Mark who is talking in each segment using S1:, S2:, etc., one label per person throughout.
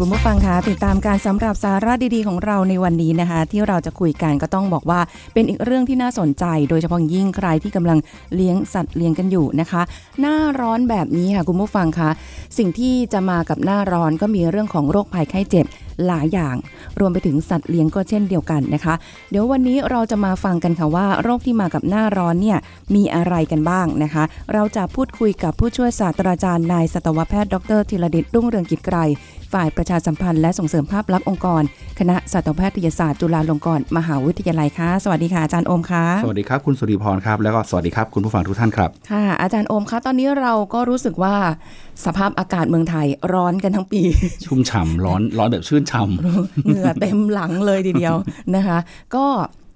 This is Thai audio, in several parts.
S1: คุณผู้ฟังคะติดตามการสำหรับสาระดีๆของเราในวันนี้นะคะ ที่เราจะคุยกันก็ต้องบอกว่าเป็นอีกเรื่องที่น่าสนใจ โดยเฉพาะอย่างยิ่งใครที่กำลังเลี้ยงสัตว์เลี้ยงกันอยู่นะคะ หน้าร้อนแบบนี้ค่ะคุณผู้ฟังคะสิ่งที่จะมากับหน้าร้อนก็มีเรื่องของโรคภัยไข้เจ็บหลายอย่าง รวมไปถึงสัตว์เลี้ยงก็เช่นเดียวกันนะคะ เดี๋ยววันนี้เราจะมาฟังกันค่ะว่า โรคที่มากับหน้าร้อนเนี่ยมีอะไรกันบ้างนะคะ เราจะพูดคุยกับผู้ช่วยศาสตราจารย์นายสัตวแพทย์ดรธีรเดชรุ่งเรืองกิจไกร ฝ่ายประชาสัมพันธ์และส่งเสริมภาพลักษณ์องค์กร คณะสัตวแพทยศาสตร์จุฬาลงกรณ์มหาวิทยาลัยค่ะ สวัสดีค่ะอาจารย์โอมค่ะ
S2: สวัสดีครับ คุณสุริพรครับ แล้วก็สวัสดีครับคุณผู้ฟังทุกท่านครับ
S1: ค่ะ อาจารย์โอมคะตอนนี้เราก็รู้สึกว่าสภาพอากาศเมืองไทยร้อนกันทั้งปี
S2: ชุ่มฉ่ำร้อนร้อนแบบชื่นฉ่
S1: เหงื่อเต็มหลังเลยทีเดียว นะคะ ก็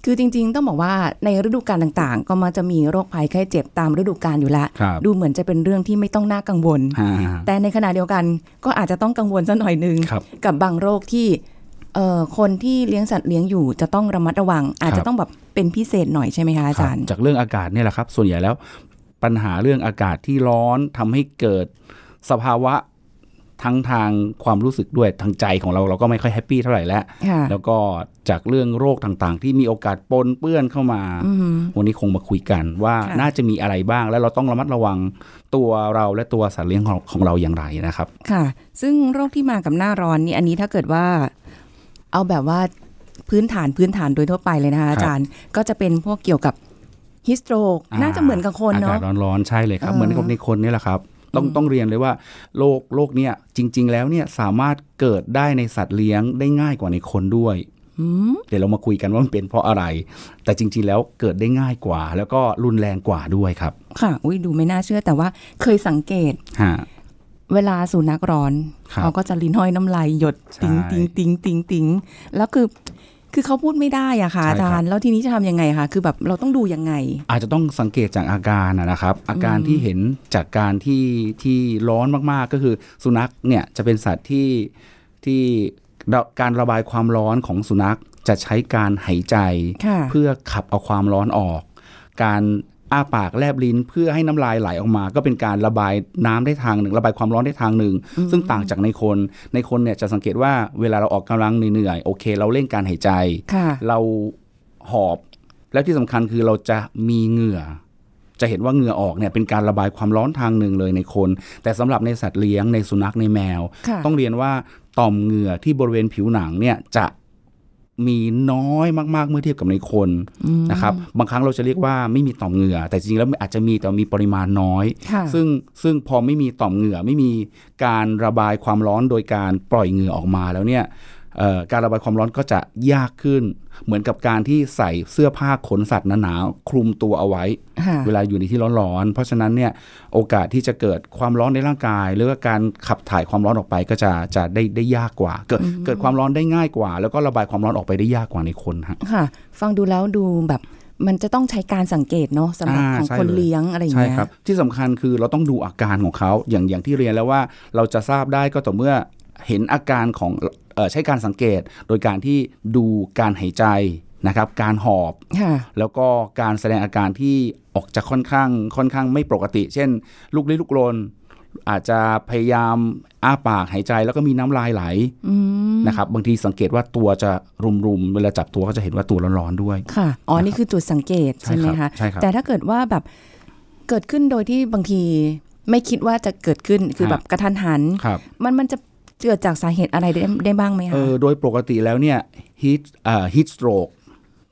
S1: คือจริงๆ ต้องบอกว่าในฤดูกาลต่างๆ ก็มาจะมีโรคภัยไข้เจ็บตามฤดูกาลอยู่แล้ว
S2: ำครับ
S1: ดูเหมือนจะเป็นเรื่องที่ไม่ต้องน่ากังวล
S2: อ่า
S1: แต่ในขณะเดียวกันก็อาจจะต้องกังวลซะหน่อยนึง
S2: ครับ
S1: กับบางโรคที่เอ่อคนที่เลี้ยงสัตว์เลี้ยงอยู่จะต้องระมัดระวัง อาจจะต้องแบบเป็นพิเศษหน่อยใช่ไหมคะอาจารย์
S2: ครับจากเรื่องอากาศเนี่ยแหละครับ ส่วนใหญ่แล้วปัญหาเรื่องอากาศที่ร้อนทำให้เกิดสภาวะทั้งทางความรู้สึกด้วยทางใจของเราเราก็ไม่ค่อยแฮปปี้เท่าไหร่แล้ว
S1: ค่ะ
S2: แล้วก็จากเรื่องโรคต่างๆ ที่มีโอกาสปนเปื้อนเข้ามา
S1: อืม
S2: วันนี้คงมาคุยกันว่า
S1: ค่ะ
S2: น่าจะมีอะไรบ้าง และเราต้องระมัดระวังตัวเราและตัวสัตว์เลี้ยงของของเราอย่างไรนะครับ
S1: ค่ะ ซึ่งโรคที่มากับหน้าร้อนนี่อันนี้ถ้าเกิดว่า เอาแบบว่าพื้นฐานพื้นฐานโดยทั่วไปเลยนะคะอาจารย์ ก็จะเป็นพวกเกี่ยวกับฮิสโตรก
S2: อ่า
S1: น่าจะเหมือนกับคน
S2: อากา
S1: เนาะ
S2: ศร้อนๆ ใช่เลยครับ
S1: เออ
S2: เหมือนกับในคนนี่แหละครับ ต้องต้องเรียนเลยว่าโรคโรคเนี้ยจริง ๆ แล้วเนี่ยสามารถเกิดได้ในสัตว์เลี้ยงได้ง่ายกว่าในคนด้วย
S1: อืม
S2: เดี๋ยวเรามาคุยกันว่ามันเป็นเพราะอะไร แต่จริง ๆ แล้วเกิดได้ง่ายกว่า แล้วก็รุนแรงกว่าด้วยครับ
S1: ค่ะอุ้ยดูไม่น่าเชื่อแต่ว่าเคยสังเกต
S2: ฮะ
S1: เวลาสุนัขร้อน
S2: ครับ
S1: เขาก็จะลิ้นห้อยน้ำลายหยด
S2: ใช่
S1: ติงติงติงติงติงแล้วคือ คือเขาพูดไม่ได้อะค่ะ
S2: ใช่
S1: อา
S2: ครั
S1: จา
S2: บ
S1: รย์ แล้วทีนี้จะทำยังไงคะคือแบบเราต้องดูยังไง
S2: อาจจะต้องสังเกตจากอาการนะนะครับ อาการที่เห็นจากการที่ที่ร้อนมากๆก็คือสุนัขเนี่ยจะเป็นสัตว์ที่ที่ระการระบายความร้อนของสุนัขจะใช้การหายใจ
S1: ค่ะ
S2: เพื่อขับเอาความร้อนออก การอ้าปากแลบลิ้นเพื่อให้น้ำลายไหลออกมา ก็เป็นการระบายน้ำได้ทางหนึ่ง ระบายความร้อนได้ทางหนึ่ง ซึ่งต่างจากในคน ในคนเนี่ยจะสังเกตว่าเวลาเราออกกำลังเหนื่อยๆโอเค เราเร่งการหายใจ
S1: ค่ะ
S2: เราหอบ แล้วที่สำคัญคือเราจะมีเหงื่อ จะเห็นว่าเหงื่อออกเนี่ยเป็นการระบายความร้อนทางหนึ่งเลยในคน แต่สำหรับในสัตว์เลี้ยงในสุนัขในแมว
S1: ค่ะ
S2: ต้องเรียนว่าต่อมเหงื่อที่บริเวณผิวหนังเนี่ยจะมีน้อยมาก ๆ เมื่อเทียบกับในคนนะครับบางครั้งเราจะเรียกว่าไม่มีต่อมเหงื่อ แต่จริงๆแล้วอาจจะมีแต่มีปริมาณน้อย
S1: ค่ะ
S2: ซึ่งซึ่งพอไม่มีต่อมเหงื่อไม่มีการระบายความร้อนโดยการปล่อยเหงื่อออกมาแล้วเนี่ยเอ่อการระบายความร้อนก็จะยากขึ้น เหมือนกับการที่ใส่เสื้อผ้าขนสัตว์หนาๆคลุมตัวเอาไว้
S1: ค่ะ
S2: เวลาอยู่ในที่ร้อนๆ เพราะฉะนั้นเนี่ยโอกาสที่จะเกิดความร้อนในร่างกาย หรือว่าการขับถ่ายความร้อนออกไปก็จะจะได้ได้ยากกว่า เกิดเกิดความร้อนได้ง่ายกว่า แล้วก็ระบายความร้อนออกไปได้ยากกว่าในคนฮะ
S1: ค่ะ ฟังดูแล้วดูแบบมันจะต้องใช้การสังเกตเนาะสำหรับ
S2: อ่า
S1: ของ
S2: ใช่
S1: คน
S2: เลย
S1: เลี้ยงอะไรอย่าง
S2: ใช่
S1: เงี้ย
S2: ครับ ที่สำคัญคือเราต้องดูอาการของเขาอย่างอย่างที่เรียนแล้วว่าเราจะทราบได้ก็ต่อเมื่อเห็นอาการของเอ่อใช้การสังเกต โดยการที่ดูการหายใจนะครับ การหอบ
S1: ค่ะ
S2: แล้วก็การแสดงอาการที่ออกจะค่อนข้างค่อนข้างไม่ปกติ เช่น ลุกลี้ลุกลน อาจจะพยายามอ้าปากหายใจแล้วก็มีน้ำลายไหล
S1: อืม
S2: นะครับบางทีสังเกตว่าตัวจะรุมๆเวลาจับตัวก็จะเห็นว่าตัวร้อนๆด้วย
S1: ค่ะ อ๋อ นี่คือจุดสังเกตใช่ไหม
S2: ครั
S1: คะ
S2: บใช่ครับ
S1: แต่ถ้าเกิดว่าแบบเกิดขึ้นโดยที่บางทีไม่คิดว่าจะเกิดขึ้น คือ
S2: ฮะ
S1: แบบกระทันหัน
S2: ครับ
S1: มันมันจะเกิดจากสาเหตุอะไรได้ได้บ้างไหม
S2: เอ
S1: คะ
S2: อโดยปกติแล้วเนี่ยฮีทเอ่อฮีทสโตรก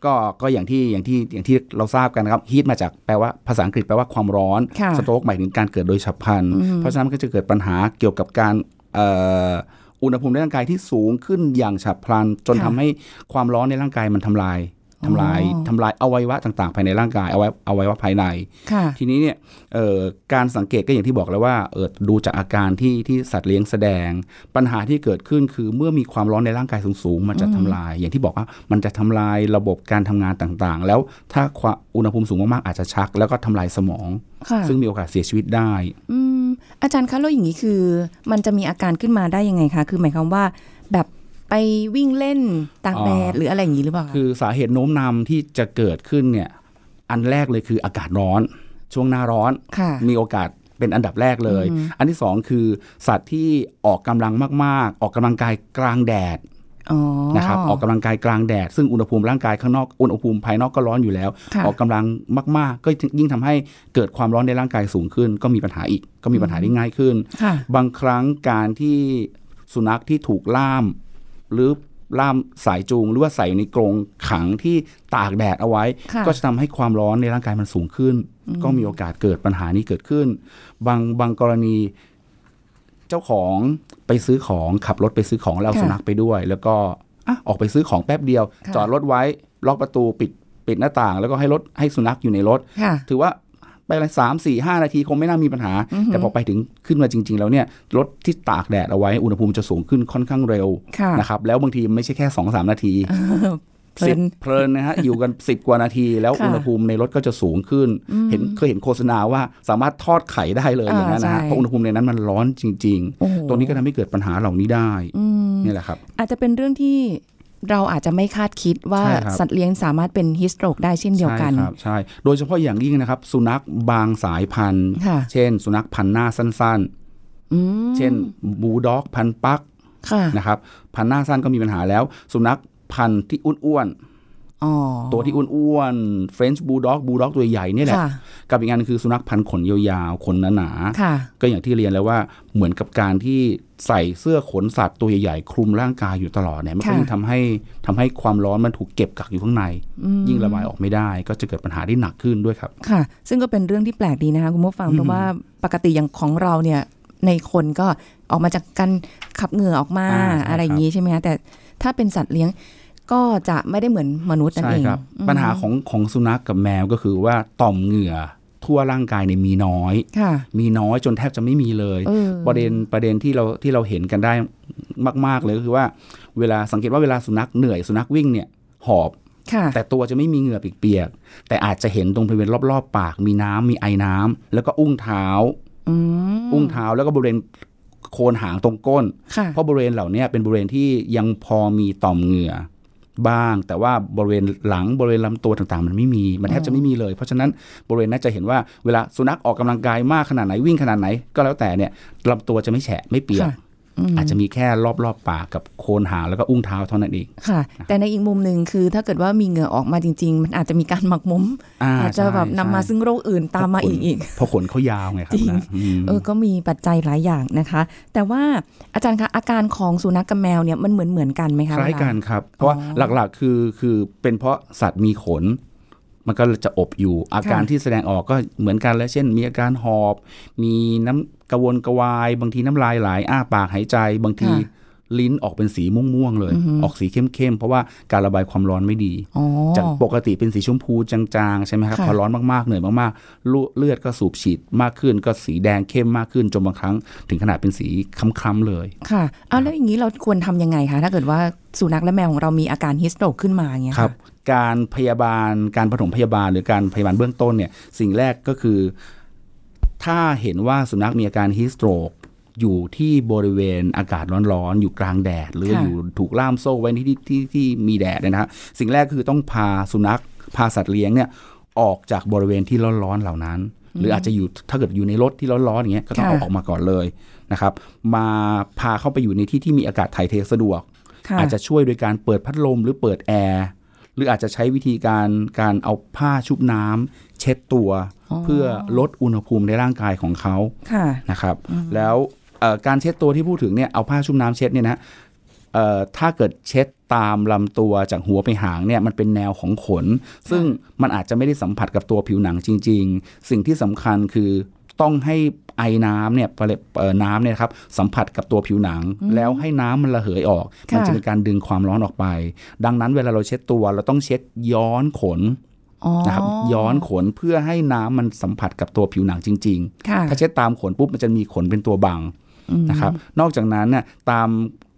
S2: ก็ก็อย่างที่อย่างที่อย่างที่เราทราบกันนะครับฮีทมาจากแปลว่าภาษาอังกฤษแปลว่าความร้อน
S1: ค่ะ
S2: สโตรกหมายถึงการเกิดโดยฉับพลันเพราะฉะนั้นมันก็จะเกิดปัญหาเกี่ยวกับการเอ่ออุณหภูมิในร่างกายที่สูงขึ้นอย่างฉับพลัน จน
S1: ค่ะ
S2: ทำให้ความร้อนในร่างกายมันทำลาย ทำลาย
S1: อ๋อ
S2: ทำลายอวัยวะต่างๆ ภายในร่างกายอวัยวะอวัยวะภายใน
S1: ค่ะ
S2: ทีนี้เนี่ยเอ่อการสังเกตก็อย่างที่บอกแล้วว่าเอ่อดูจากอาการที่ที่สัตว์เลี้ยงแสดง ปัญหาที่เกิดขึ้นคือเมื่อมีความร้อนในร่างกายสูงๆ มันจะ
S1: อืม
S2: ทำลาย อย่างที่บอกว่ามันจะทำลายระบบการทำงานต่างๆ แล้วถ้าความอุณหภูมิสูงมากๆ อาจจะชัก แล้วก็ทำลายสมอง
S1: ค่ะ
S2: ซึ่งมีโอกาสเสียชีวิตได้
S1: อืมอาจารย์คะแล้วอย่างนี้คือ มันจะมีอาการขึ้นมาได้ยังไงคะคือหมายความว่า แบบไปวิ่งเล่นตากแดด
S2: อ๋อ
S1: หรืออะไรอย่างนี้หรือเปล่าคะ
S2: คือสาเหตุโน้มนำที่จะเกิดขึ้นเนี่ยอันแรกเลยคืออากาศร้อน ช่วงหน้าร้อน
S1: ค่ะ
S2: มีโอกาสเป็นอันดับแรกเลย
S1: อือหืออั
S2: อันที่สองคือสัตว์ที่ออกกำลังมากๆ ออกกำลังกายกลางแดด
S1: อ๋อ
S2: นะครับออกกำลังกายกลางแดด ซึ่งอุณหภูมิร่างกายข้างนอกอุณหภูมิภายนอกก็ร้อนอยู่แล้ว
S1: ค่ะ
S2: ออกกำลังมากๆ ก็ยิ่งทำให้เกิดความร้อนในร่างกายสูงขึ้น ก็มีปัญหาอีกก็มีปัญหาที่ง่ายขึ้น
S1: ค่ะ
S2: บางครั้งการที่สุนัขที่ถูกล่าม หรือล่ามสายจูง หรือว่าใส่ในกรงขังที่ตากแดดเอาไว้
S1: ค่ะ
S2: ก็จะทำให้ความร้อนในร่างกายมันสูงขึ้น ก็มีโอกาสเกิดปัญหานี้เกิดขึ้น บางบางกรณีเจ้าของไปซื้อของขับรถไปซื้อของแล้วเอา
S1: ค่ะ
S2: สุนัขไปด้วย แล้วก็อ่ะออกไปซื้อของแป๊บเดียว
S1: ค่ะ
S2: จอดรถไว้ล็อกประตูปิดปิดหน้าต่าง แล้วก็ให้รถให้สุนัขอยู่ในรถ
S1: ค่ะ
S2: ถือว่าไปอะไรสามสี่ห้านาทีคงไม่น่ามีปัญหา
S1: อือหือ
S2: แต่พอไปถึงขึ้นมาจริง ๆ แล้วเนี่ยรถที่ตากแดดเอาไว้อุณหภูมิจะสูงขึ้นค่อนข้างเร็ว
S1: ค่ะ
S2: นะครับแล้วบางทีไม่ใช่แค่2อสนาที
S1: เพลิ
S2: สิบ
S1: น
S2: เพลินนะฮะ อยู่กัน 10 กว่านาที แล้ว
S1: ค่ะ
S2: อุณหภูมิในรถก็จะสูงขึ้น เห็นเคยเห็นโฆษณาว่าสามารถทอดไข่ได้เลย
S1: อ่า
S2: อย่างนั้นนะฮะ
S1: ใช่
S2: เพราะอุณหภูมิในนั้นมันร้อนจริง
S1: โอ้โห
S2: ๆ ตรงนี้ก็ทำให้เกิดปัญหาเหล่านี้ได้
S1: อืม
S2: นี่แหละครับ
S1: อาจจะเป็นเรื่องที่เราอาจจะไม่คาดคิดว่า
S2: ใช่ครับ
S1: สัตว์เลี้ยงสามารถเป็นฮิสโตรกได้เช่นเดียวกัน
S2: ใช่ครับใช่โดยเฉพาะอย่างยิ่งนะครับ สุนัขบางสายพันธุ์
S1: ค่ะ
S2: เช่น สุนัขพันธุ์หน้าสั้น ๆ
S1: อืม
S2: เช่นบูลด็อกพันปัก
S1: ค่ะ
S2: นะครับพันหน้าสั้นก็มีปัญหาแล้ว สุนัขพันธุ์ที่อ้วน
S1: อ๋อ
S2: ๆตัวที่อ้วนๆเฟรนช์บูลด็อกบูลด็อกตัวใหญ่เนี่ยแหละ
S1: ค่ะ
S2: กับอีกงานหนึ่งคือสุนัขพันธุ์ขนยาวๆขนหนา
S1: ค่ะ
S2: ๆก็อย่างที่เรียนแล้วว่าเหมือนกับการที่ใส่เสื้อขนสัตว์ตัวใหญ่ๆคลุมร่างกายอยู่ตลอดเนี่ยมันก็
S1: ค่ะ
S2: ยิ่งทำให้ทำให้ความร้อนมันถูกเก็บกักอยู่ข้างใน
S1: อืม
S2: ยิ่งระบายออกไม่ได้ ก็จะเกิดปัญหาที่หนักขึ้นด้วยครับ
S1: ค่ะ ซึ่งก็เป็นเรื่องที่แปลกดีนะคะคุณผู้ฟัง
S2: อืม
S1: เพราะว่าปกติอย่างของเราเนี่ยในคนก็ออกมาจากการขับเหงื่อออกมา
S2: อ่าใช่ครับ
S1: อะไรอย่างนี้ใช่ไหมคะแต่ถ้าเป็นสัตว์เลี้ยงก็จะไม่ได้เหมือนมนุษย์นั่น
S2: ใช่
S1: เอง
S2: ครับ
S1: อืม
S2: ปัญหาของของสุนัขกับแมวก็คือว่าต่อมเหงื่อทั่วร่างกายเนี่ยมีน้อย
S1: ค่ะ
S2: มีน้อยจนแทบจะไม่มีเลย
S1: เออ
S2: ประเด็นประเด็นที่เราที่เราเห็นกันได้มาก ๆ เลยก็คือว่าเวลาสังเกตว่าเวลาสุนัขเหนื่อยสุนัขวิ่งเนี่ยหอบ
S1: ค่ะ
S2: แต่ตัวจะไม่มีเหงื่อเปียกๆแต่อาจจะเห็นตรงบริเวณรอบ ๆ ปากมีน้ำมีไอน้ำแล้วก็อุ้งเท้า
S1: อืม
S2: อุ้งเท้าแล้วก็บริเวณโคนหางตรงก้น
S1: ค่ะ
S2: เพราะบริเวณเหล่าเนี้ยเป็นบริเวณที่ยังพอมีต่อมเหงื่อบ้าง แต่ว่าบริเวณหลังบริเวณลำตัวต่างๆ มันไม่มีมันแทบจะไม่มีเลย เพราะฉะนั้นบริเวณน่าจะเห็นว่าเวลาสุนัขออกกำลังกายมากขนาดไหนวิ่งขนาดไหน ก็แล้วแต่เนี่ยลำตัวจะไม่แฉะไม่เปียก
S1: ค่ะอืม
S2: อาจจะมีแค่รอบๆปากกับโคนหางแล้วก็อุ้งเท้าเท่านั้นเอง
S1: ค่ะ แต่ในอีกมุมหนึ่งคือถ้าเกิดว่ามีเหงื่อออกมาจริง ๆ มันอาจจะมีการหมักหมม
S2: อา
S1: อาจจะแบบนำมาซึ่งโรคอื่นตามมาอีกอีก
S2: เพราะขนเขายาวไงครั
S1: จริง
S2: นะอืม
S1: เออ ก็มีปัจจัยหลายอย่างนะคะ แต่ว่าอาจารย์คะอาการของสุนัขกับแมวเนี่ยมันเหมือนเหมือนๆกันไหมคะ
S2: คล้ายกัน
S1: เว
S2: ครับ เพราะว่าหลักๆคือคือเป็นเพราะสัตว์มีขน มันก็จะอบอยู่ อาการ
S1: ค่ะ
S2: ที่แสดงออกก็เหมือนกันแล้วเช่น มีอาการหอบ มีน้ำกระวนกระวาย บางทีน้ำลายไหลอ้าปากหายใจ บางที
S1: ค่ะ
S2: ลิ้นออกเป็นสีม่วงๆเลย
S1: อือหือ
S2: ออกสีเข้มๆเพราะว่าการระบายความร้อนไม่ดี
S1: อ๋อ
S2: จากปกติเป็นสีชมพูจางๆ ใช่ไหมครับ
S1: ค่ะ
S2: พอร้อนมากๆเหนื่อยมากๆลุเลือดก็สูบฉีดมากขึ้น ก็สีแดงเข้มมากขึ้นจนบางครั้ง ถึงขนาดเป็นสีคล้ำๆเลย
S1: ค่ะเอาแล้วอย่างนี้เราควรทำยังไงคะ ถ้าเกิดว่าสุนัขและแมวของเรามีอาการฮิสโตรกขึ้นมาอย่างเงี้ย
S2: ค
S1: ค่ะ
S2: รับการพยาบาลการปฐมพยาบาลหรือการพยาบาลเบื้องต้นเนี่ยสิ่งแรกก็คือ ถ้าเห็นว่าสุนัขมีอาการฮีสโตรกอยู่ที่บริเวณอากาศร้อนๆ อยู่กลางแดด หรืออยู่ถูกล่ามโซ่ไว้ในที่ที่ที่มีแดดเนยนะฮะสิ่งแรกคือต้องพาสุนัขพาสัตว์เลี้ยงเนี่ยออกจากบริเวณที่ร้อนๆเหล่านั้น หรืออาจจะอยู่ถ้าเกิดอยู่ในรถที่ร้อนๆอย่างเงี้ยก็ต้องเอาออกมาก่อนเลยนะครับมาพาเข้าไปอยู่ในที่ที่มีอากาศถ่ายเทสะดวก
S1: ค่ะ
S2: อาจจะช่วยโดยการเปิดพัดลมหรือเปิดแอร์หรืออาจจะใช้วิธีการการเอาผ้าชุบน้ำเช็ดตัว เพื่อลดอุณหภูมิในร่างกายของเขา
S1: ค่ะ
S2: นะครับ แล้วเอ่อการเช็ดตัวที่พูดถึงเนี่ยเอาผ้าชุบน้ำเช็ดเนี่ยนะเอ่อถ้าเกิดเช็ดตามลำตัวจากหัวไปหางเนี่ยมันเป็นแนวของขน ซึ่งมันอาจจะไม่ได้สัมผัสกับตัวผิวหนังจริง ๆ สิ่งที่สำคัญคือต้องให้ ไอน้ำเนี่ยปริเอ่อน้ำเนี่ยนะครับสัมผัสกับตัวผิวหนัง แล้วให้น้ำมันระเหยออก
S1: ค่ะ
S2: มัจะเป็นการดึงความร้อนออกไป ดังนั้นเวลาเราเช็ดตัวเราต้องเช็ดย้อนขน
S1: อ๋อ
S2: นะครับย้อนขนเพื่อให้น้ำมันสัมผัสกับตัวผิวหนังจริง ๆ
S1: ค่ะ
S2: ถ้าเช็ดตามขนปุ๊บมันจะมีขนเป็นตัวบังนะครับ นอกจากนั้นน่ะตาม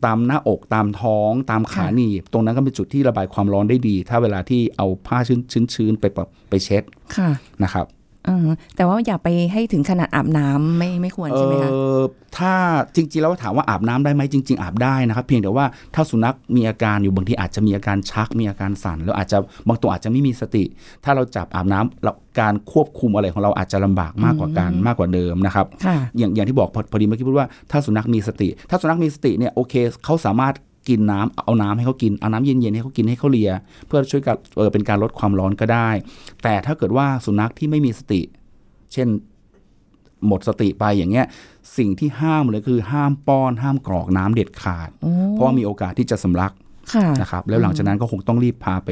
S2: ตามหน้าอกตามท้องตามขา
S1: ค่ะ
S2: หนีบตรงนั้นก็เป็นจุดที่ระบายความร้อนได้ดี ถ้าเวลาที่เอาผ้าชื้นชื้นชื้นไปปะไปเช็ด
S1: ค่ะ
S2: นะครับ
S1: อ่าแต่ว่าอย่าไปให้ถึงขนาดอาบน้ำไม่ไม่ควร
S2: เอ
S1: ใช่ไหมคะ
S2: อถ้าจริงๆแล้วถามว่าอาบน้ำได้ไหมจริง ๆ อาบได้นะครับ เพียงแต่ว่าถ้าสุนัขมีอาการอยู่บางทีอาจจะมีอาการชักมีอาการสั่นแล้วอาจจะบางตัวอาจจะไม่มีสติ ถ้าเราจับอาบน้ำเราการควบคุมอะไรของเราอาจจะลำบากมากกว่ากันมากกว่าเดิมนะครับ
S1: ค่ะ
S2: อย่างอย่างที่บอกพอพอดีเมื่อกี้พูดว่าถ้าสุนัขมีสติ ถ้าสุนัขมีสติเนี่ยโอเคเขาสามารถกินน้ำเอาน้ำให้เขากินเอาน้ำเย็นๆให้เขากินให้เขาเลีย เพื่อช่วยกับเออเป็นการลดความร้อนก็ได้ แต่ถ้าเกิดว่าสุนัขที่ไม่มีสติ เช่นหมดสติไปอย่างเงี้ยสิ่งที่ห้ามเลยคือห้ามป้อนห้ามกรอกน้ำเด็ดขาด เพราะว่ามีโอกาสที่จะสำลัก
S1: ค่ะ
S2: นะครับแล้วหลังจากนั้นก็คงต้องรีบพาไป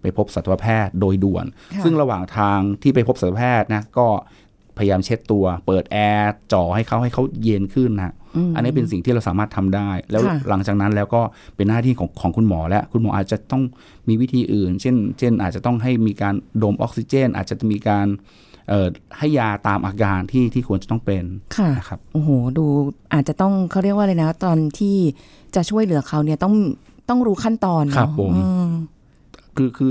S2: ไปพบสัตวแพทย์โดยด่วน
S1: ค่ะ
S2: ซึ่งระหว่างทางที่ไปพบสัตวแพทย์นะก็พยายามเช็ดตัว เปิดแอร์จ่อให้เขาให้เขาเย็นขึ้นนะ
S1: อืม
S2: อันนี้เป็นสิ่งที่เราสามารถทำได้ แล้ว
S1: ค่ะ
S2: หลังจากนั้นแล้วก็เป็นหน้าที่ของของคุณหมอและคุณหมออาจจะต้องมีวิธีอื่น เช่น เช่น อาจจะต้องให้มีการดมออกซิเจน อาจจะมีการเอ่อให้ยาตามอาการที่ที่ควรจะต้องเป็น
S1: ค่ะ
S2: นะครับ
S1: โอ้โหดูอาจจะต้องเขาเรียกว่าอะไรนะ ตอนที่จะช่วยเหลือเขาเนี่ยต้องต้องรู้ขั้นตอนเนอะ
S2: ครับผม
S1: อืม
S2: คือคือ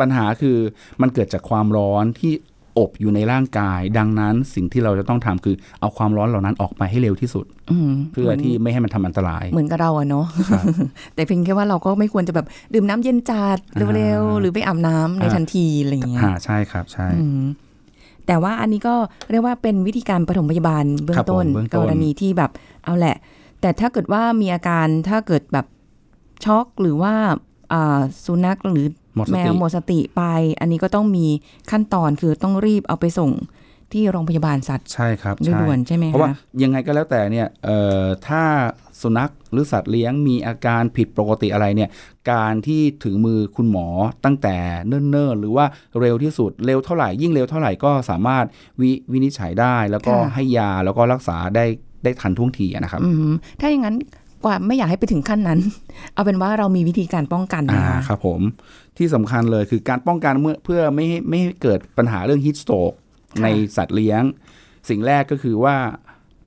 S2: ปัญหาคือมันเกิดจากความร้อนที่อบอยู่ในร่างกาย ดังนั้นสิ่งที่เราจะต้องทำคือเอาความร้อนเหล่านั้นออกไปให้เร็วที่สุด
S1: อืม
S2: เพื่อที่ไม่ให้มันทำอันตราย
S1: เหมือนกับเราอะเนาะ
S2: ครับ
S1: แต่เพียงแค่ว่าเราก็ไม่ควรจะแบบดื่มน้ำเย็นจัดเร็วๆ
S2: อ่า
S1: หรือไปอาบน้ำใน
S2: อ่า
S1: ทันทีอะไรอย่างเงี้ย
S2: อ่าใช่ครับใช่
S1: อืมแต่ว่าอันนี้ก็เรียกว่าเป็นวิธีการปฐมพยาบาลเบื้อ
S2: ครั
S1: ง
S2: บผม
S1: ต้น
S2: เบื้องต้
S1: ก
S2: น
S1: รณีที่แบบเอาแหละ แต่ถ้าเกิดว่ามีอาการถ้าเกิดแบบช็อกหรือว่าอ่าสุนัขหรือ
S2: หมดส
S1: แม
S2: ติ
S1: วหมดสติไป อันนี้ก็ต้องมีขั้นตอนคือต้องรีบเอาไปส่งที่โรงพยาบาลสัตว์
S2: ใช่ครับ
S1: โดย
S2: ใช่
S1: ด่วนใช่ไหม
S2: เพราะว่า
S1: คะ
S2: ยังไงก็แล้วแต่เนี่ยเอ่อถ้าสุนัขหรือสัตว์เลี้ยงมีอาการผิดปกติอะไรเนี่ยการที่ถึงมือคุณหมอตั้งแต่เนิ่นๆหรือว่าเร็วที่สุดเร็วเท่าไหร่ยิ่งเร็วเท่าไหร่ก็สามารถวิวินิจฉัยได้ แล้วก็
S1: ค่ะ
S2: ให้ยาแล้วก็รักษาได้ได้ทันท่วงทีอะนะครับ
S1: อืมถ้าอย่างนั้นกว่าไม่อยากให้ไปถึงขั้นนั้น เอาเป็นว่าเรามีวิธีการป้องกันนะ
S2: อ่า
S1: คะ
S2: ครับผมที่สำคัญเลยคือการป้องกันเมื่อเพื่อไม่ให้ไม่ให้เกิดปัญหาเรื่องฮิตสโตก
S1: ะ
S2: ในสัตว์เลี้ยง สิ่งแรกก็คือว่า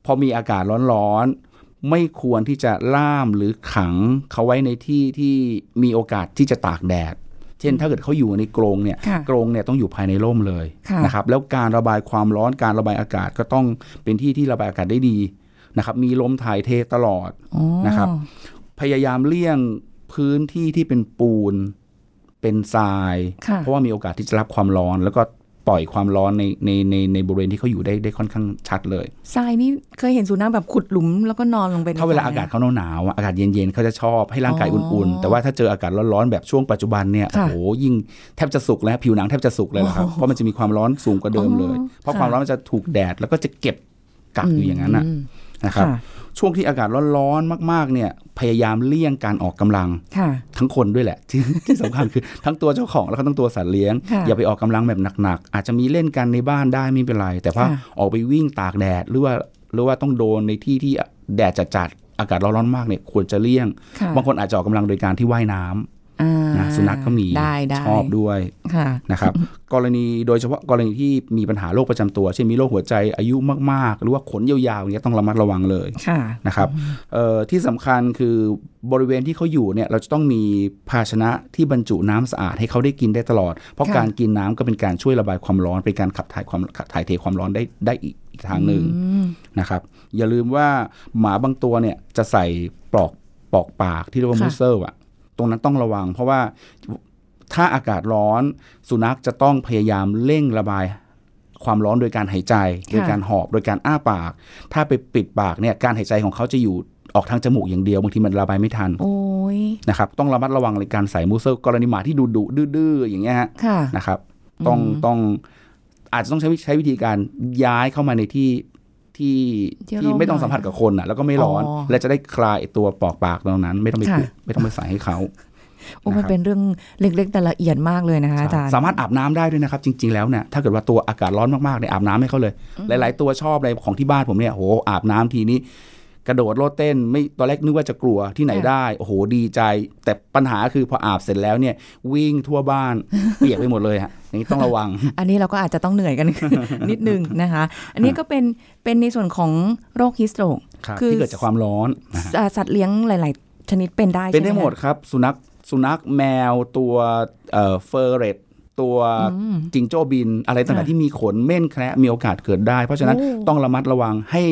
S2: พอมีอากาศร้อนๆ ไม่ควรที่จะล่ามหรือขังเขาไว้ในที่ที่มีโอกาสที่จะตากแดด เช่นถ้าเกิดเขาอยู่ในกรงเนี่ย
S1: ค่ะ
S2: กรงเนี่ยต้องอยู่ภายในร่มเลย
S1: ค่ะ
S2: นะครับแล้วการระบายความร้อนการระบายอากาศก็ต้องเป็นที่ที่ระบายอากาศได้ดีนะครับมีลมถ่ายเทตลอด
S1: อ๋อ
S2: นะครับ พยายามเลี่ยงพื้นที่ที่เป็นปูนเป็นทราย
S1: ค่ะ
S2: เพราะว่ามีโอกาสที่จะรับความร้อน แล้วก็ปล่อยความร้อนในในในในบริเวณที่เขาอยู่ได้ได้ค่อนข้างชัดเลย
S1: ทรายนี่เคยเห็นสุนัขแบบขุดหลุมแล้วก็นอนลงไปใน
S2: ถ้าเวลา
S1: ทร
S2: อาย กาศ
S1: ไหม
S2: เขาหนาวๆอะอากาศเย็นๆเขาจะชอบให้ร่างกาย
S1: อ๋ออุ่
S2: อุ่นๆ แต่ว่าถ้าเจออากาศร้อนๆ แบบช่วงปัจจุบันเนี่ยโอ้
S1: ค่ะ
S2: โหยิ่งแทบจะสุกแล้วผิวหนังแทบจะสุกเลยล่ะครับ เพราะมันจะมีความร้อนสูงกว่าเดิมเลย
S1: อ๋อ
S2: เพราะ
S1: ค่ะ
S2: ความร้อนมันจะถูกแดดแล้วก็จะเก็บกักอยู่อย่างนั้นนะ
S1: ม
S2: นะครับช่วงที่อากาศร้อนๆมากๆเนี่ยพยายามเลี่ยงการออกกำลัง
S1: ค่ะ
S2: ทั้งคนด้วยแหละ ที่ที่สำคัญคือทั้งตัวเจ้าของแล้วก็ทั้งตัวสัตว์เลี้ยง
S1: ค่ะ
S2: อย่าไปออกกำลังแบบหนักๆ อาจจะมีเล่นกันในบ้านได้ไม่เป็นไร แต่ว่าออกไปวิ่งตากแดดหรือว่าหรือว่าต้องโดนในที่ที่แดดจัดๆอากาศร้อนๆมากเนี่ยควรจะเลี่ยง
S1: ค่ะ
S2: บางคนอาจจะออกกำลังโดยการที่ว่ายน้
S1: อ่า
S2: ำนะสุนัขก็มี
S1: ได้ได้
S2: ชอบด้วย
S1: ค่ะ
S2: นะครับ กรณีโดยเฉพาะกรณีที่มีปัญหาโรคประจำตัว เช่นมีโรคหัวใจอายุมากๆ หรือว่าขนยาวๆอย่างเนี้ยต้องระมัดระวังเลย
S1: ค่ะ
S2: นะครับเอ่อที่สำคัญคือบริเวณที่เขาอยู่เนี่ยเราจะต้องมีภาชนะที่บรรจุน้ำสะอาดให้เขาได้กินได้ตลอด เพราะ
S1: ค่ะ
S2: การกินน้ำก็เป็นการช่วยระบายความร้อนเป็นการขับถ่ายความขับถ่ายเทความร้อนได้ได้อีกอีกทางหนึ่ง
S1: อืม
S2: นะครับอย่าลืมว่าหมาบางตัวเนี่ยจะใส่ปลอกปลอกปากที่เรียกว่า
S1: ค่ะ
S2: มูสเซอร์อะตรงนั้นต้องระวัง เพราะว่าถ้าอากาศร้อน สุนัขจะต้องพยายามเร่งระบายความร้อนโดยการหายใจ โดยการหอบโดยการอ้าปาก ถ้าไปปิดปากเนี่ยการหายใจของเขาจะอยู่ออกทางจมูกอย่างเดียวบางทีมันระบายไม่ทัน
S1: โอ้ย
S2: นะครับต้องระมัดระวังในการใส่มูสเซอร์กรณีหมาที่ดุดุๆดื้อๆอย่างเงี้ยฮะ
S1: ค่ะ
S2: นะครับ ต้อง
S1: อืม
S2: ต้องอาจจะต้องใช้วิใช้วิธีการย้ายเข้ามาในที่ที่
S1: ที่
S2: ที่ไม่ต้อง
S1: ร่มหน่อย
S2: สัมผัสกับคนอ่ะแล้วก็ไม่ร้อน
S1: อ๋อ
S2: และจะได้คลายตัวปอกปากตรงนั้น ไม่ต้องไป
S1: ค่ะ
S2: ปิดไม่ต้องไปใส่ให้เขา
S1: โอ้มันเป็นเรื่องเล็กๆแต่ละเอียดมากเลยนะคะ
S2: ใช่
S1: อาจารย์
S2: สามารถอาบน้ำได้ด้วยนะครับ จริง ๆ แล้วเนี่ยถ้าเกิดว่าตัวอากาศร้อนมากๆเนี่ยอาบน้ำให้เขาเลย หลาย ๆ ตัวชอบอะไรของที่บ้านผมเนี่ยโหอาบน้ำทีนี้ กระโดดโลดเต้นไม่ตอนแรกนึกว่าจะกลัวที่ไหนได้โอ้โหดีใจ แต่ปัญหาคือพออาบเสร็จแล้วเนี่ยวิ่งทั่วบ้าน เปียกไปหมดเลยฮะอย่างนี้ต้องระวัง
S1: อันนี้เราก็อาจจะต้องเหนื่อยกัน นิดนึงนะคะ อันนี้ก็เป็นเป็นในส่วนของโรคฮิสโตรก
S2: ครับ
S1: คือ
S2: ที่เกิดจากความร้อนนะฮะ
S1: อ่าสัตว์เลี้ยงหลาย ๆ ชนิดเป็นได้
S2: เป็นได้
S1: ใช่คะ
S2: หมดครับ สุนัขสุนัขแมวตัวเอ่อเฟอร์เรตตัว
S1: อืม
S2: จิงโจ้บิน อะไรต่าง
S1: ค่ะ
S2: ๆที่มีขนเม่นแคระมีโอกาสเกิดได้ เพราะฉะนั้น
S1: โอ้
S2: ต้องระมัดระวังให้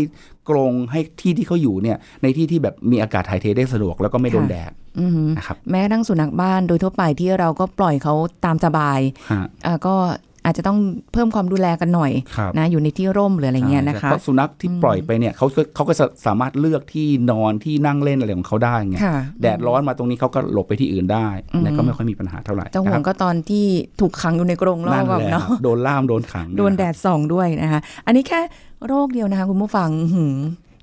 S2: กรงให้ที่ที่เขาอยู่เนี่ยในที่ที่แบบมีอากาศถ่ายเทได้สะดวกแล้วก็ไม่โดนแดด
S1: อือหือ
S2: นะครับ
S1: แม้กระทั่งสุนัขบ้านโดยทั่วไปที่เราก็ปล่อยเขาตามสบาย
S2: ฮะ
S1: อ่าก็อาจจะต้องเพิ่มความดูแลกันหน่อย
S2: ครับ
S1: นะอยู่ในที่ร่มหรืออะไรเงี้ยนะคะ
S2: เพราะสุนัขที่
S1: อืม
S2: ปล่อยไปเนี่ยเขาก็เขาก็สะสามารถเลือกที่นอนที่นั่งเล่นอะไรของเขาได้ไง
S1: ค่ะ
S2: แดดร้อนมาตรงนี้เขาก็หลบไปที่อื่นได้
S1: อืม
S2: นะก็ไม่ค่อยมีปัญหาเท่าไหร่
S1: จะห่วงก็ตอนที่ถูกขังอยู่ในกรงรอ
S2: นั่น
S1: บ
S2: แห
S1: แบบ
S2: ละ
S1: เนาะ
S2: โดนล่ามโดนขังเย
S1: โดน
S2: ครับ
S1: แดดส่องด้วยนะคะ อันนี้แค่โรคเดียวนะคะ คุณผู้ฟังหืม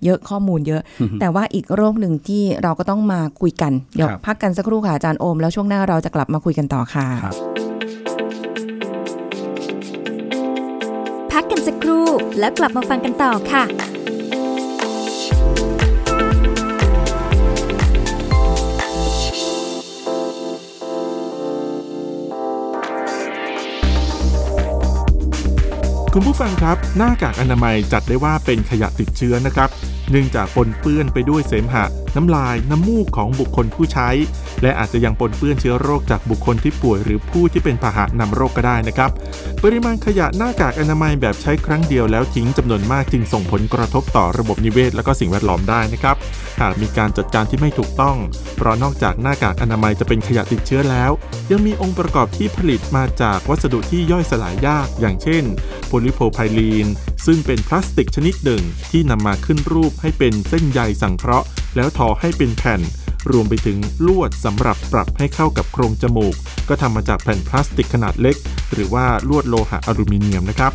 S1: เยอะข้อมูลเยอะ
S2: อือหือ
S1: แต่ว่าอีกโรคหนึ่งที่เราก็ต้องมาคุยกันเดี๋ยว
S2: ครับ
S1: พักกันสักครู่ค่ะอาจารย์โอมแล้วช่วงหน้าเราจะกลับมาคุยกันต่อค่ะ
S3: พักกันสักครู่แล้วกลับมาฟังกันต่อค่ะ
S4: คุณผู้ฟังครับ หน้ากากอนามัยจัดได้ว่าเป็นขยะติดเชื้อนะครับ เนื่องจากปนเปื้อนไปด้วยเสมหะ น้ำลาย น้ำมูกของบุคคลผู้ใช้ และอาจจะยังปนเปื้อนเชื้อโรคจากบุคคลที่ป่วยหรือผู้ที่เป็นพาหะนำโรคก็ได้นะครับ ปริมาณขยะหน้ากากอนามัยแบบใช้ครั้งเดียวแล้วทิ้งจำนวนมากจึงส่งผลกระทบต่อระบบนิเวศ และก็สิ่งแวดล้อมได้นะครับ หากมีการจัดการที่ไม่ถูกต้อง เพราะนอกจากหน้ากากอนามัยจะเป็นขยะติดเชื้อแล้ว ยังมีองค์ประกอบที่ผลิตมาจากวัสดุที่ย่อยสลายยาก อย่างเช่น โพลิโพไพลีน ซึ่งเป็นพลาสติกชนิดหนึ่งที่นำมาขึ้นรูปให้เป็นเส้นใยสังเคราะห์ แล้วทอให้เป็นแผ่น รวมไปถึงลวดสำหรับปรับให้เข้ากับโครงจมูก ก็ทำมาจากแผ่นพลาสติกขนาดเล็ก หรือว่าลวดโลหะอลูมิเนียมนะครับ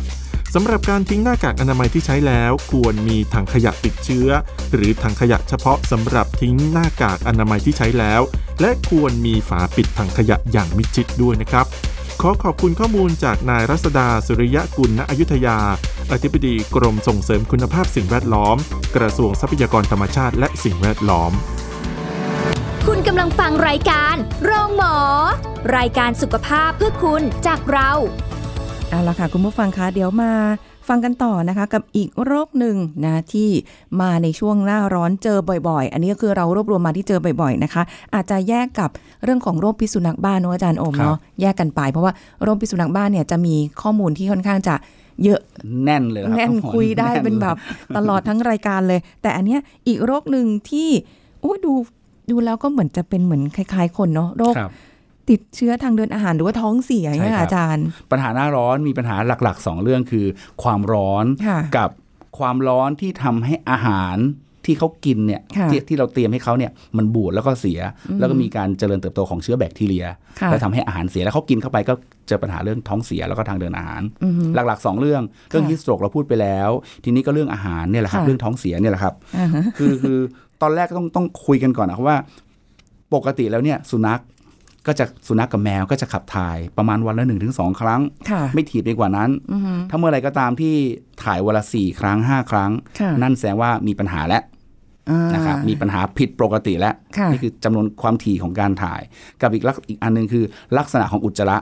S4: สำหรับการทิ้งหน้ากากอนามัยที่ใช้แล้ว ควรมีถังขยะติดเชื้อ หรือถังขยะเฉพาะสำหรับทิ้งหน้ากากอนามัยที่ใช้แล้ว และควรมีฝาปิดถังขยะอย่างมิดชิดด้วยนะครับ ขอขอบคุณข้อมูลจากนายรัศดาสุริยะกุลณอยุธยา อธิบดีกรมส่งเสริมคุณภาพสิ่งแวดล้อม กระทรวงทรัพยากรธรรมชาติและสิ่งแวดล้อม
S3: คุณกำลังฟังรายการโรงหมอ รายการสุขภาพเพื่อคุณจากเรา
S1: เอาละค่ะ คุณผู้ฟังคะเดี๋ยวมาฟังกันต่อนะคะ กับอีกโรคหนึ่งนะที่มาในช่วงหน้าร้อนเจอบ่อยๆ อันนี้ก็คือเรารวบรวมมาที่เจอบ่อยๆนะคะ อาจจะแยกกับเรื่องของโรคพิษสุนัขบ้านเนอะอาจารย์โอม
S2: ครับ
S1: เนาะแยกกันไป เพราะว่าโรคพิษสุนัขบ้านเนี่ยจะมีข้อมูลที่ค่อนข้างจะเยอะ
S2: แน่นเลยครับ
S1: แน่น
S2: ต้องหอ
S1: คุยได้
S2: แ
S1: เป็นแบบ ตลอดทั้งรายการเลย แต่อันเนี้ยอีกโรคหนึ่งที่โอ้ยดูดูแล้วก็เหมือนจะเป็นเหมือนคล้าย ๆ คนเนาะโรค
S2: ครับ
S1: ติดเชื้อทางเดินอาหารหรือว่าท้องเสียเนี่ย
S2: ใช่ครับ
S1: อาจารย์
S2: ปัญหาหน้าร้อนมีปัญหาหลักๆสองเรื่องคือ ความร้อน
S1: ค่ะ
S2: กับความร้อนที่ทำให้อาหารที่เขากินเนี่ย
S1: ค่ะ
S2: ที่ที่เราเตรียมให้เขาเนี่ยมันบูดแล้วก็เสีย แล้วก็มีการเจริญเติบโตของเชื้อแบคทีเรีย
S1: ค่ะ
S2: แล้วทำให้อาหารเสียแล้วเขากินเข้าไปก็เจอปัญหาเรื่องท้องเสียแล้วก็ทางเดินอาหาร
S1: อือหือ
S2: หลักๆสองเรื่องเรื่อง
S1: ค่ะ
S2: ฮิสโตรกเราพูดไปแล้ว ทีนี้ก็เรื่องอาหารเนี่ยแหละครับ
S1: ค่ะ
S2: เรื่องท้องเสียเนี่ยแหละครับ
S1: อ่าฮะ
S2: คือคือตอนแรกต้องต้องคุยกันก่อนนะครับว่า ปกติแล้วเนี่ยสุนัขก็จะสุนัขกับแมวก็จะขับถ่ายประมาณวันละหนึ่งถึงสองครั้ง
S1: ค่ะ
S2: ไม่ถีบไปกว่านั้น
S1: อือหือ
S2: ถ้าเมื่อไหรก็ตามที่ถ่ายวันละสี่ครั้งห้าครั้ง
S1: ค่ะ
S2: นั่นแสดงว่ามีปัญหาแล้ว
S1: อ่า
S2: นะครับมีปัญหาผิดปกติแล้ว
S1: ค่ะ
S2: นี่คือจำนวนความถี่ของการถ่าย กับอีกลักอีกอันหนึงคือ ลักษณะของอุจจาระ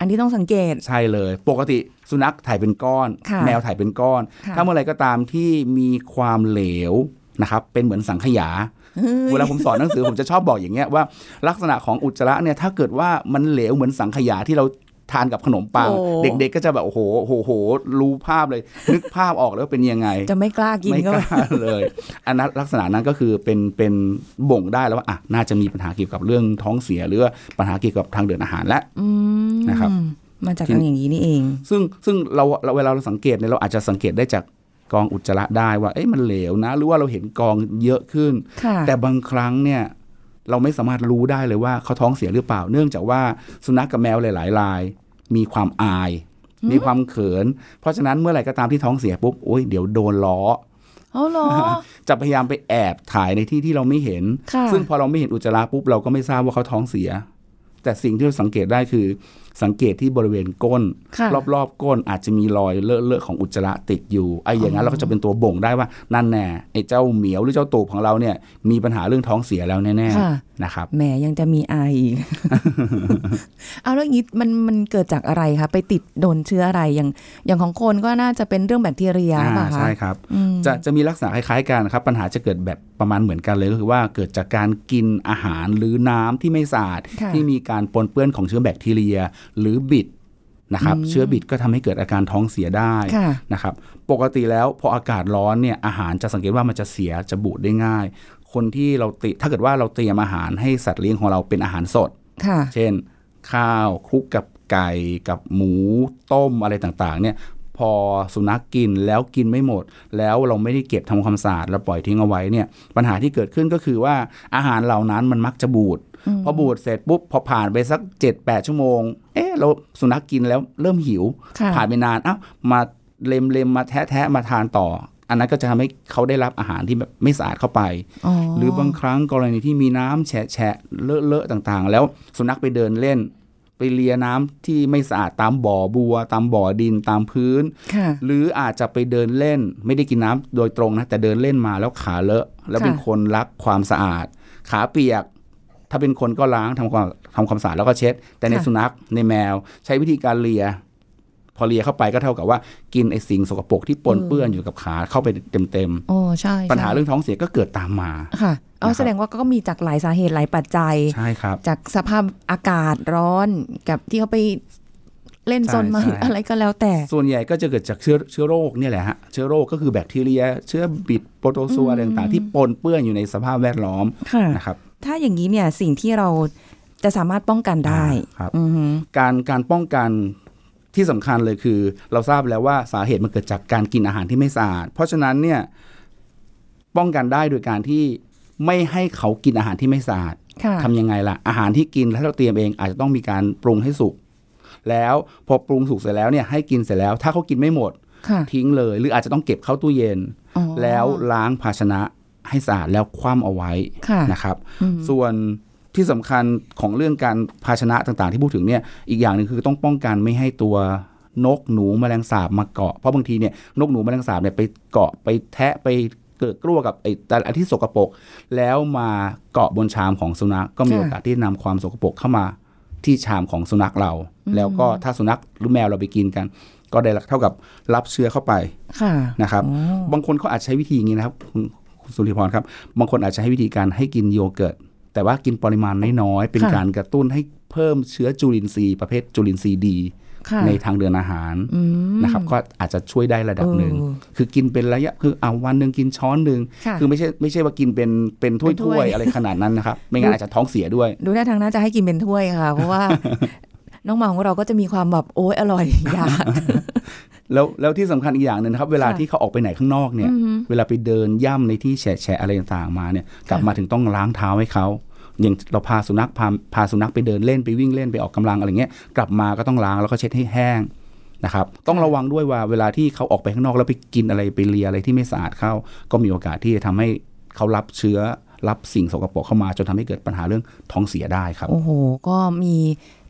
S1: อันนี้ต้องสังเกต
S2: ใช่เลย ปกติสุนัขถ่ายเป็นก้อน
S1: ค่ะ
S2: แมวถ่ายเป็นก้อน
S1: ค่ะ
S2: ถ้าเมื่อไหรก็ตามที่มีความเหลวนะครับเป็นเหมือนสังขยา
S1: เฮ้ย
S2: เวลาผมสอนหนังสือ ผมจะชอบบอกอย่างเงี้ยว่าลักษณะของอุจจาระเนี่ยถ้าเกิดว่ามันเหลวเหมือนสังขยาที่เราทานกับขนมปัง
S1: โอ้
S2: เด็กๆก็จะแบบโอ้โหโอ้โหโอ้โหรู้ภาพเลย นึกภาพออกแล้ววาเป็นยังไง
S1: จะไม่กล้ากิน
S2: ไม่
S1: ก็
S2: กล้าเลย อันนั้นลักษณะนั้นก็คือเป็นเป็นบ่งได้แล้วว่าอ่ะน่าจะมีปัญหาเกี่ยวกับเรื่องท้องเสียหรือว่าปัญหาเกี่ยวกับทางเดินอาหารและ
S1: อืม
S2: นะครับ
S1: มาจาก
S2: ที
S1: ทางอย่างนี้นี่เอง
S2: ซึ่งซึ่งเราเราเวลาเราสังเกตเนี่ยเราอาจจะสังเกตได้จากกองอุจจาระได้ว่าเอ๊ะมันเหลวนะ หรือว่าเราเห็นกองเยอะขึ้น
S1: ค่ะ
S2: แต่บางครั้งเนี่ยเราไม่สามารถรู้ได้เลยว่าเขาท้องเสียหรือเปล่า เนื่องจากว่าสุนัขกับแมวหลายๆราย มีความอาย มีความเขิน เพราะฉะนั้นเมื่อไหร่ก็ตามที่ท้องเสียปุ๊บโอ้ยเดี๋ยวโดนล้อ
S1: เอาเหรอ
S2: จะพยายามไปแอบถ่ายในที่ที่เราไม่เห็น
S1: ค่ะ
S2: ซึ่งพอเราไม่เห็นอุจจาระปุ๊บเราก็ไม่ทราบว่าเขาท้องเสีย แต่สิ่งที่เราสังเกตได้คือ สังเกตที่บริเวณก้น
S1: ค่ะ
S2: รอบๆ ก้นอาจจะมีรอยเลอะๆของอุจจาระติดอยู่ไอ้อย่างนั้นเราก็จะเป็นตัวบ่งได้ว่านั่นแน่ไอ้เจ้าเหมียวหรือเจ้าตูบของเราเนี่ยมีปัญหาเรื่องท้องเสียแล้วแน่
S1: ค่ะ
S2: ๆนะครับ
S1: แหมยังจะมีไออีก เอาแล้วอย่างนี้มันมันเกิดจากอะไรคะไปติดโดนเชื้ออะไรอย่างอย่างของคนก็น่าจะเป็นเรื่องแบคทีเรียหรือเปล่ะ
S2: อ่า
S1: คะ
S2: ใช่ครับ
S1: อืม
S2: จะจะมีลักษณะคล้ายๆกันนะครับ ปัญหาจะเกิดแบบประมาณเหมือนกันเลยก็คือว่าเกิดจากการกินอาหารหรือน้ำที่ไม่สะอาด
S1: ค่ะ
S2: ที่มีการปนเปื้อนของเชื้อแบคทีเรีย หรือบิดนะครับ
S1: อืม
S2: เชื้อบิดก็ทำให้เกิดอาการท้องเสียได้
S1: ค่ะ
S2: นะครับปกติแล้วพออากาศร้อนเนี่ยอาหารจะสังเกตว่ามันจะเสียจะบูดได้ง่าย คนที่เราติถ้าเกิดว่าเราเตรียมอาหารให้สัตว์เลี้ยงของเราเป็นอาหารสด
S1: ค่ะ
S2: เช่น ข้าวคลุกกับไก่กับหมูต้มอะไรต่างๆเนี่ยพอสุนัขกินแล้วกินไม่หมด แล้วเราไม่ได้เก็บทำความสะอาดเราปล่อยทิ้งเอาไว้เนี่ยปัญหาที่เกิดขึ้นก็คือว่าอาหารเหล่านั้นมันมักจะบูด พอบูดเสร็จปุ๊บพอผ่านไปสัก 7-8 ชั่วโมงเอ๊ะเราสุนัขกินแล้วเริ่มหิว
S1: ค่ะ
S2: ผ่านไปนานเอ้ามาเล็มเล็มมาแทะแทะมาทานต่อ อันนั้นก็จะทำให้เขาได้รับอาหารที่แบบไม่สะอาดเข้าไป หรือบางครั้งกรณีที่มีน้ำแฉะแฉะเลอะเลอะต่างๆ แล้วสุนัขไปเดินเล่น ไปเลียน้ำที่ไม่สะอาดตามบ่อบัว ตามบ่อดินตามพื้น
S1: ค่ะ
S2: หรืออาจจะไปเดินเล่น ไม่ได้กินน้ำโดยตรงนะแต่เดินเล่นมาแล้วขาเลอะ แล้วเป็น
S1: ค่ะ
S2: คนรักความสะอาด ขาเปียก ถ้าเป็นคนก็ล้างทำความทำความสะอาดแล้วก็เช็ด แต่ในสุนัขในแมว ใช้วิธีการเลีย พอเลียเข้าไปก็เท่ากับว่ากินไอสิ่งสกปรกที่ปนเปื้อนอยู่กับขาเข้าไปเต็ม
S1: โอ้ใช่
S2: ๆปัญหา
S1: ใช่
S2: เรื่องท้องเสียก็เกิดตามมา
S1: ค่ะเอา
S2: นะครับ
S1: แสดงว่าก็มีจากหลายสาเหตุหลายปัจจัย
S2: ใช่ครับ
S1: จากสภาพอากาศร้อนกับที่เขาไปเล่น
S2: ใช่
S1: ซนมา
S2: ใช่
S1: หรืออะไรก็แล้วแต่
S2: ส่วนใหญ่ก็จะเกิดจากเชื้อเชื้อโรคเนี่ยแหละฮะเชื้อโรคก็คือแบคทีเรีย เชื้อบิดโปรโตซัวอะไรต่างๆที่ปนเปื้อนอยู่ในสภาพแวดล้อม
S1: ค่ะ
S2: นะครับ
S1: ถ้าอย่างนี้เนี่ยสิ่งที่เราจะสามารถป้องกันได้
S2: อ่าครับ
S1: อือฮึ
S2: การการป้องกันที่สำคัญเลยคือ เราทราบแล้วว่าสาเหตุมันเกิดจากการกินอาหารที่ไม่สะอาด เพราะฉะนั้นเนี่ยป้องกันได้โดยการที่ไม่ให้เขากินอาหารที่ไม่สะอาด
S1: ค่ะ
S2: ทำยังไงล่ะอาหารที่กินถ้าเราเตรียมเองอาจจะต้องมีการปรุงให้สุกแล้วพอปรุงสุกเสร็จแล้วเนี่ยให้กินเสร็จแล้ว ถ้าเขากินไม่หมด
S1: ค่ะ
S2: ทิ้งเลย หรืออาจจะต้องเก็บเข้าตู้เย็น
S1: อ๋อ
S2: แล้วล้างภาชนะให้สะอาดแล้วคว่ำเอาไว้
S1: ค่ะ
S2: นะครับ
S1: อืม
S2: ส่วนที่สำคัญของเรื่องการภาชนะต่างๆ ที่พูดถึงเนี่ยอีกอย่างหนึ่งคือต้องป้องกันไม่ให้ตัวนกหนูแมลงสาบมาเกาะเพราะบางทีเนี่ยนกหนูแมลงสาบเนี่ยไปเกาะไปแทะไปเกิดกลัวกับไอ้แต่ละที่สกปรกแล้วมาเกาะบนชามของสุนัขก็มี
S1: ค่ะ
S2: โอกาสที่นำความสกปรกเข้ามาที่ชามของสุนัขเรา แล้วก็ถ้าสุนัขหรือแมวเราไปกินกัน ก็ได้เท่ากับรับเชื้อเข้าไป
S1: ค่ะ
S2: นะครับ
S1: อ๋อบ
S2: างคนเขาอาจใช้วิธีอย่างนี้นะครับคุณคุณสุริพรครับ บางคนอาจจะให้วิธีการให้กินโยเกิร์ต แต่ว่ากินปริมาณน้อยๆ เป็นการกระตุ้นให้เพิ่มเชื้อจุลินทรีย์ประเภทจุลินทรีย์ดี
S1: ค่ะ
S2: ในทางเดินอาหาร
S1: อืม
S2: นะครับ ก็อาจจะช่วยได้ระดับหนึ่ง
S1: เออ
S2: คือกินเป็นระยะคือเอาวันหนึ่งกินช้อนหนึ่ง
S1: ค่ะ
S2: อไม่ใช่ไม่ใช่ว่ากินเป็นเป็นถ้วย
S1: เป็นถ้
S2: ถ้
S1: ว
S2: วย ยอะไรขนาดนั้นนะครับ ไม่งั้นอาจจะท้องเสียด้วย
S1: ดูท่าทางน่าจะให้กินเป็นถ้วย ค่ะ เพราะว่า น้องหมาของเราก็จะมีความแบบโอ้ยอร่อยอ ยาก
S2: แล้วแล้วที่สำคัญอีกอย่างหนึ่งนะครับ เวลา
S1: ค่ะ
S2: ที่เขาออกไปไหนข้างนอกเนี่ย
S1: อือฮึ
S2: เวลาไปเดินย่ำในที่แฉะแฉะอะไรต่างๆมาเนี่ยกลับ
S1: ค่ะ
S2: มาถึงต้องล้างเท้าให้เขาอย่างเราพาสุนัขพาพาสุนัขไปเดินเล่นไปวิ่งเล่นไปออกกำลังอะไรเงี้ยกลับมาก็ต้องล้างแล้วก็เช็ดให้แห้งนะครับต้องระวังด้วยว่าเวลาที่เขาออกไปข้างนอกแล้วไปกินอะไรไปเลียอะไรที่ไม่สะอาดเข้า ก็มีโอกาสที่จะทำให้เขารับเชื้อรับสิ่งสกปรกเข้ามาจนทำให้เกิดปัญหาเรื่องท้องเสียได้ครับ
S1: โอ้โห ก็มี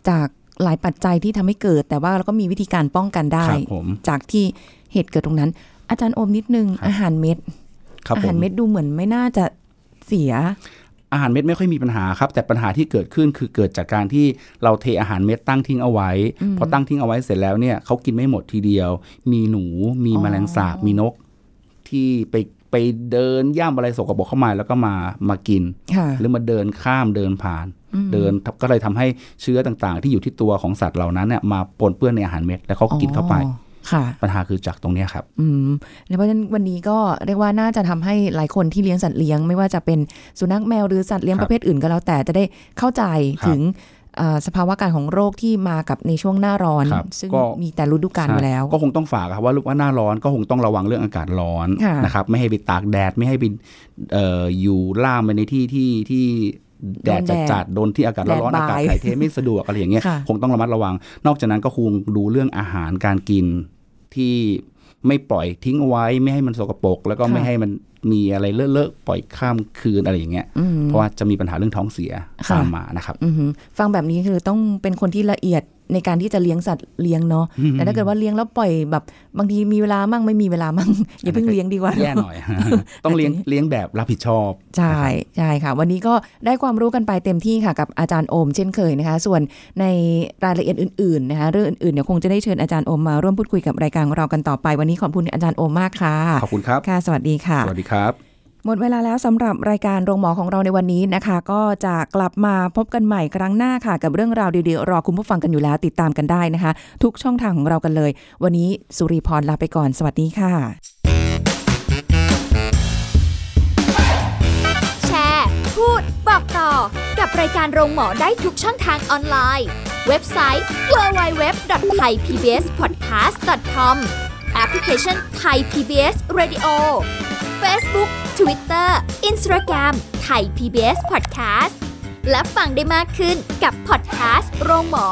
S1: จากหลายปัจจัยที่ทำให้เกิด แต่ว่าเราก็มีวิธีการป้องกันได้
S2: ครับผม
S1: จากที่เหตุเกิดตรงนั้น อาจารย์โอมนิดนึง
S2: ครับ
S1: อาหารเม็ด
S2: ครับ
S1: อา
S2: ผ
S1: หาร
S2: ม
S1: เม็ดดูเหมือนไม่น่าจะเสีย
S2: อาหารเม็ดไม่ค่อยมีปัญหาครับ แต่ปัญหาที่เกิดขึ้นคือเกิดจากการที่เราเทอาหารเม็ดตั้งทิ้งเอาไว้ พอตั้งทิ้งเอาไว้เสร็จแล้วเนี่ยเขากินไม่หมดทีเดียว มีหนูมี
S1: อ๋อ
S2: แมลงสาบมีนก ที่ไปไปเดินย่ำอะไรสกปรกเข้ามาแล้วก็มามากิน
S1: ค่ะ
S2: หรือมาเดินข้ามเดินผ่าน เดินก็เลยทำให้เชื้อต่างๆ ที่อยู่ที่ตัวของสัตว์เหล่านั้นเนี่ยมาปนเปื้อนในอาหารเม็ดแล้วเขากินเข้าไป
S1: อ๋อค่ะ
S2: ปัญหาคือจากตรงเนี้ยครับ
S1: อืมแล้วเพราะฉะนั้นวันนี้ก็เรียกว่าน่าจะทำให้หลายคนที่เลี้ยงสัตว์เลี้ยง ไม่ว่าจะเป็นสุนัขแมวหรือสัตว์เลี้ยง
S2: ครั
S1: ป
S2: บ
S1: ระเภทอื่นก็แล้วแต่จะได้เข้าใจ
S2: ครับ
S1: ถึงเอ่อสภาวะการของโรคที่มากับในช่วงหน้าร้อน
S2: ครับ
S1: ซึ่ง
S2: ก็
S1: มีแต่ฤดูกาลอยู่แล้ว
S2: ใช่ก็คงต้องฝากครับว่าลูกว่าหน้าร้อนก็คงต้องระวังเรื่องอากาศร้อน
S1: ค่ะ
S2: นะครับไม่ให้ไปตากแดดไม่ให้ไปเอ่ออยู่ล่ามไปในที่ที่ที่แดด
S1: โดนแดด
S2: จัดๆโดนที่อากาศร้อน
S1: แดดบ่าย
S2: ๆอากาศถ่ายเทไม่สะดวกอะไรอย่างเงี้ย
S1: ค่ะ
S2: คงต้องระมัดระวัง นอกจากนั้นก็คงดูเรื่องอาหารการกินที่ไม่ปล่อยทิ้งเอาไว้ ไม่ให้มันสกปรกแล้วก็ไม่ให้มัน มีอะไรเลอะๆปล่อยข้ามคืนอะไรอย่างเงี้ย
S1: อืม
S2: เพราะว่าจะมีปัญหาเรื่องท้องเสีย
S1: ค่ะ
S2: ตามมานะครับ
S1: อือหือฟังแบบนี้คือต้องเป็นคนที่ละเอียดในการที่จะเลี้ยงสัตว์เลี้ยงเนาะแต่ถ้าเกิดว่าเลี้ยงแล้วปล่อยแบบบางทีมีเวลามั่งไม่มีเวลามั่ง อย่าเพิ่งเลี้ยงดีกว่า
S2: แย่หน่อย ต้องเลี้ยงเลี้ยงแบบรับผิดชอบ
S1: ใช่ใช่ค่ะ วันนี้ก็ได้ความรู้กันไปเต็มที่ค่ะกับอาจารย์โอมเช่นเคยนะคะ ส่วนในรายละเอียดอื่นๆนะคะเรื่องอื่นๆเดี๋ยวคงจะได้เชิญอาจารย์โอมมาร่วมพูดคุยกับรายการของเรากันต่อไปวันนี้ขอบคุณอาจารย์โอมมากค่ะ
S2: ขอบคุณครับ
S1: ค่ะ สวัสดีค่ะ
S2: สวัสดีครับ
S1: หมดเวลาแล้วสำหรับรายการโรงหมอของเราในวันนี้นะคะ ก็จะกลับมาพบกันใหม่ครั้งหน้าค่ะ กับเรื่องราวดีๆ รอคุณผู้ฟังกันอยู่แล้วติดตามกันได้นะคะ ทุกช่องทางของเรากันเลย วันนี้สุริพรลาไปก่อนสวัสดีค่ะ
S3: แชร์ พูด บอกต่อ กับรายการโรงหมอได้ทุกช่องทางออนไลน์ เว็บไซต์ www.thaipbspodcast.com แอปพลิเคชัน Thai PBS Radio Facebook Twitter Instagram Thai PBS Podcast และฟังได้มากขึ้นกับพอดแคสต์โรงหมอ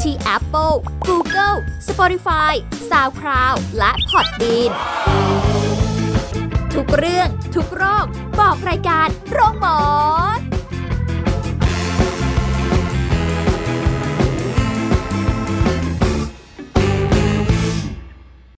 S3: ที่ Apple, Google, Spotify, SoundCloud และ Podbean ทุกเรื่องทุกโรค บอกรายการโรงหมอ